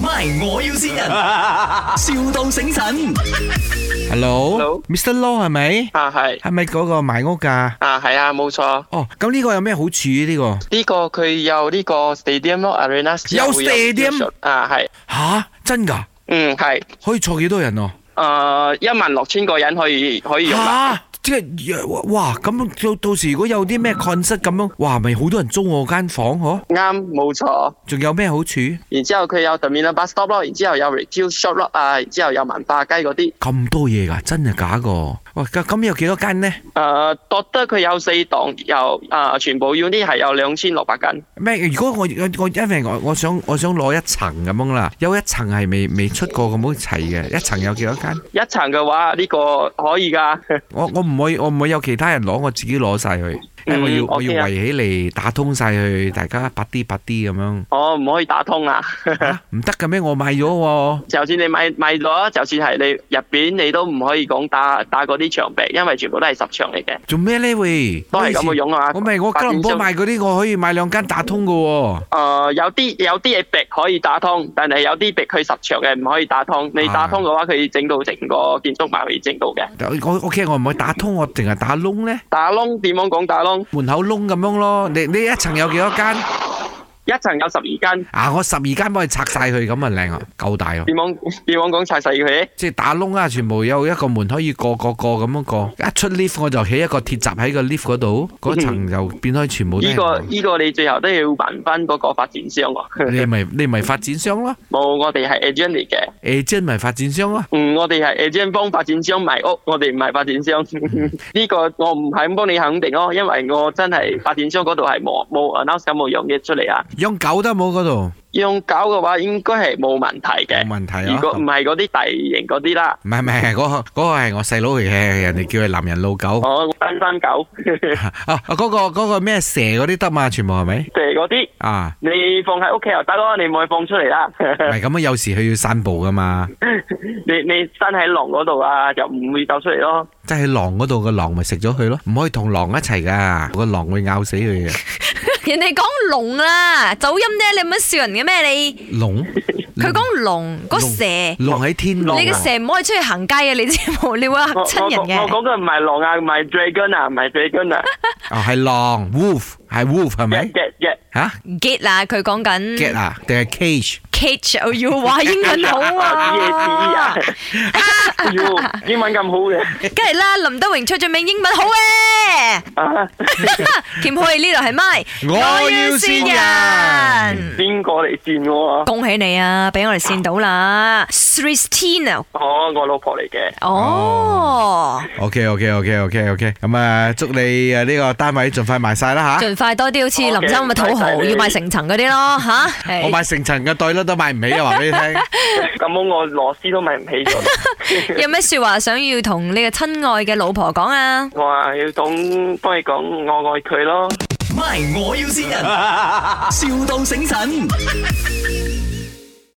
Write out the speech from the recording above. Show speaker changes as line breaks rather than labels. My，我要先人，, 笑到醒神。
Hello，Mr.
Hello
Law 係咪？
啊係
係咪嗰個賣屋㗎？
啊係啊冇錯，
哦，咁呢個有咩好處呢、個
呢、個佢有呢個 stadium 咯，arena 之後會
有 stadium？
跳水啊係，
吓、真㗎？
嗯係，
可以坐幾多人啊？
誒一萬六千個人可以可以用啊啦。
吓、即係呃哇！咁到到時如果有啲咩 concert 咁樣，哇，咪好多人租我間房嗬？
啱，冇錯。
仲有咩好處？
然之後佢有 d o m i n a bus stop 咯，然之後有 retail shop 咯，啊，然之後有文化街嗰啲。
咁多嘢㗎，真係假㗎？哇！咁咁有幾多間呢？
誒、啊覺得佢有四檔，有啊、全部 unit 係有兩千六百斤。
咩？如果我我我因為我我想我想攞一層咁樣啦，有一層係未未出過咁好齊嘅，一層有幾多間？
一層嘅話，呢、個可以㗎。
我我唔會我唔會有其他人攞，我自己攞晒佢，因為我要
嗯
我
OK
要
啊
圍起嚟打通晒佢，大家八啲八啲咁樣，
我唔可以打通啊！
啊唔得嘅咩？我買咗喎，
就算你買買咗，就算係你入邊，你都唔可以講打打嗰啲長壁，因為全部都係十場嚟嘅，
做咩呢？喂，
都係咁嘅樣啊！
我咪我吉隆坡買嗰啲，我可以買兩間打通嘅喎。
誒、呃有啲有啲嘢壁可以打通，但係有啲壁佢十場嘅唔可以打通。你打通嘅話，佢整到整個建築物可以整到嘅。
我 OK，我唔可以打通，我淨係打窿呢，
打窿點樣講打窿？
門口窿咁樣咯。你你一層有幾多間？
一層有十二間，
啊，我十二間幫你拆晒佢，咁啊靚啊，夠大咯。
點樣點樣講拆細佢？
即係打窿啊，全部有一個門可以過過過咁樣過。一出 lift 我就起一個鐵閘喺個 lift 嗰度，嗰層就變開全部都
嗯呢、個
係
呢、個你最後都要問翻嗰個發展商喎。
我。你咪你咪發展商咯
冇，我哋係 agent 嚟嘅。
，agent 咪發展商咯。
嗯，我哋係 agent 幫發展商賣屋，我哋唔係發展商。 呢個我唔係咁幫你肯定咯，因為我真係發展商嗰度係冇冇 announce 緊冇樣嘢出嚟啊。
養狗得冇嗰度，
用搞嘅話應該係冇問題嘅。
冇問題
如
啊。
果唔係嗰啲大型嗰啲啦，
唔係唔係，嗰個嗰個係我細佬嚟嘅，人哋叫佢男人老狗。
我單身狗 蛇
啊！嗰、個嗰、個咩蛇嗰啲得嘛？全部係咪
嗰啲，
啊？
你放喺屋企又得咯，你唔可以放出嚟啦。
唔係咁啊，有時佢要散步噶嘛，
你你生喺籠嗰度啊，就唔會走出嚟咯。
即係狼嗰度個狼咪食咗佢咯，唔可以同狼一齊噶，個狼會咬死佢嘅。
人哋講龍啦，走音啫，你唔乜笑人嘅咩你？
龍，
佢講龍，個
龍
蛇，你
龍喺天度，
嘅蛇唔可以出去行街嘅，你知冇？你會嚇
我我
親人
我
嘅。
講嘅唔係狼啊，唔係 dragon 啊，唔係 dragon 啊，
啊係狼 wolf，係 wolf 係咪
隻？隻隻
吓
get 啦，佢講
get
緊
啊，定係 cage？
cage，我要話英 文好
E
啊
啊，喲英文咁好 嘅
梗係啦，林德榮出咗名英文好 嘅。
啊，
劍開呢度係咪？
我要線人。
邊個嚟扇我啊？
恭喜你啊，俾我哋線到啦 s r i s t i n a
哦，我老婆嚟嘅，
哦，
OK OK OK OK OK，咁啊，祝你啊呢個單位盡快賣晒啦吓！
盡快多啲好似
好嘅
林生咁嘅土豪，
唔該晒你
要買成層嗰啲咯吓。係
我買成層嘅袋都買唔起啊！話俾你聽。
咁我螺絲都買唔起咗。
有咩说話想要同你嘅親愛嘅老婆講啊？
我話要講幫你講，我愛佢咯。
My，我要先人，,笑到醒神。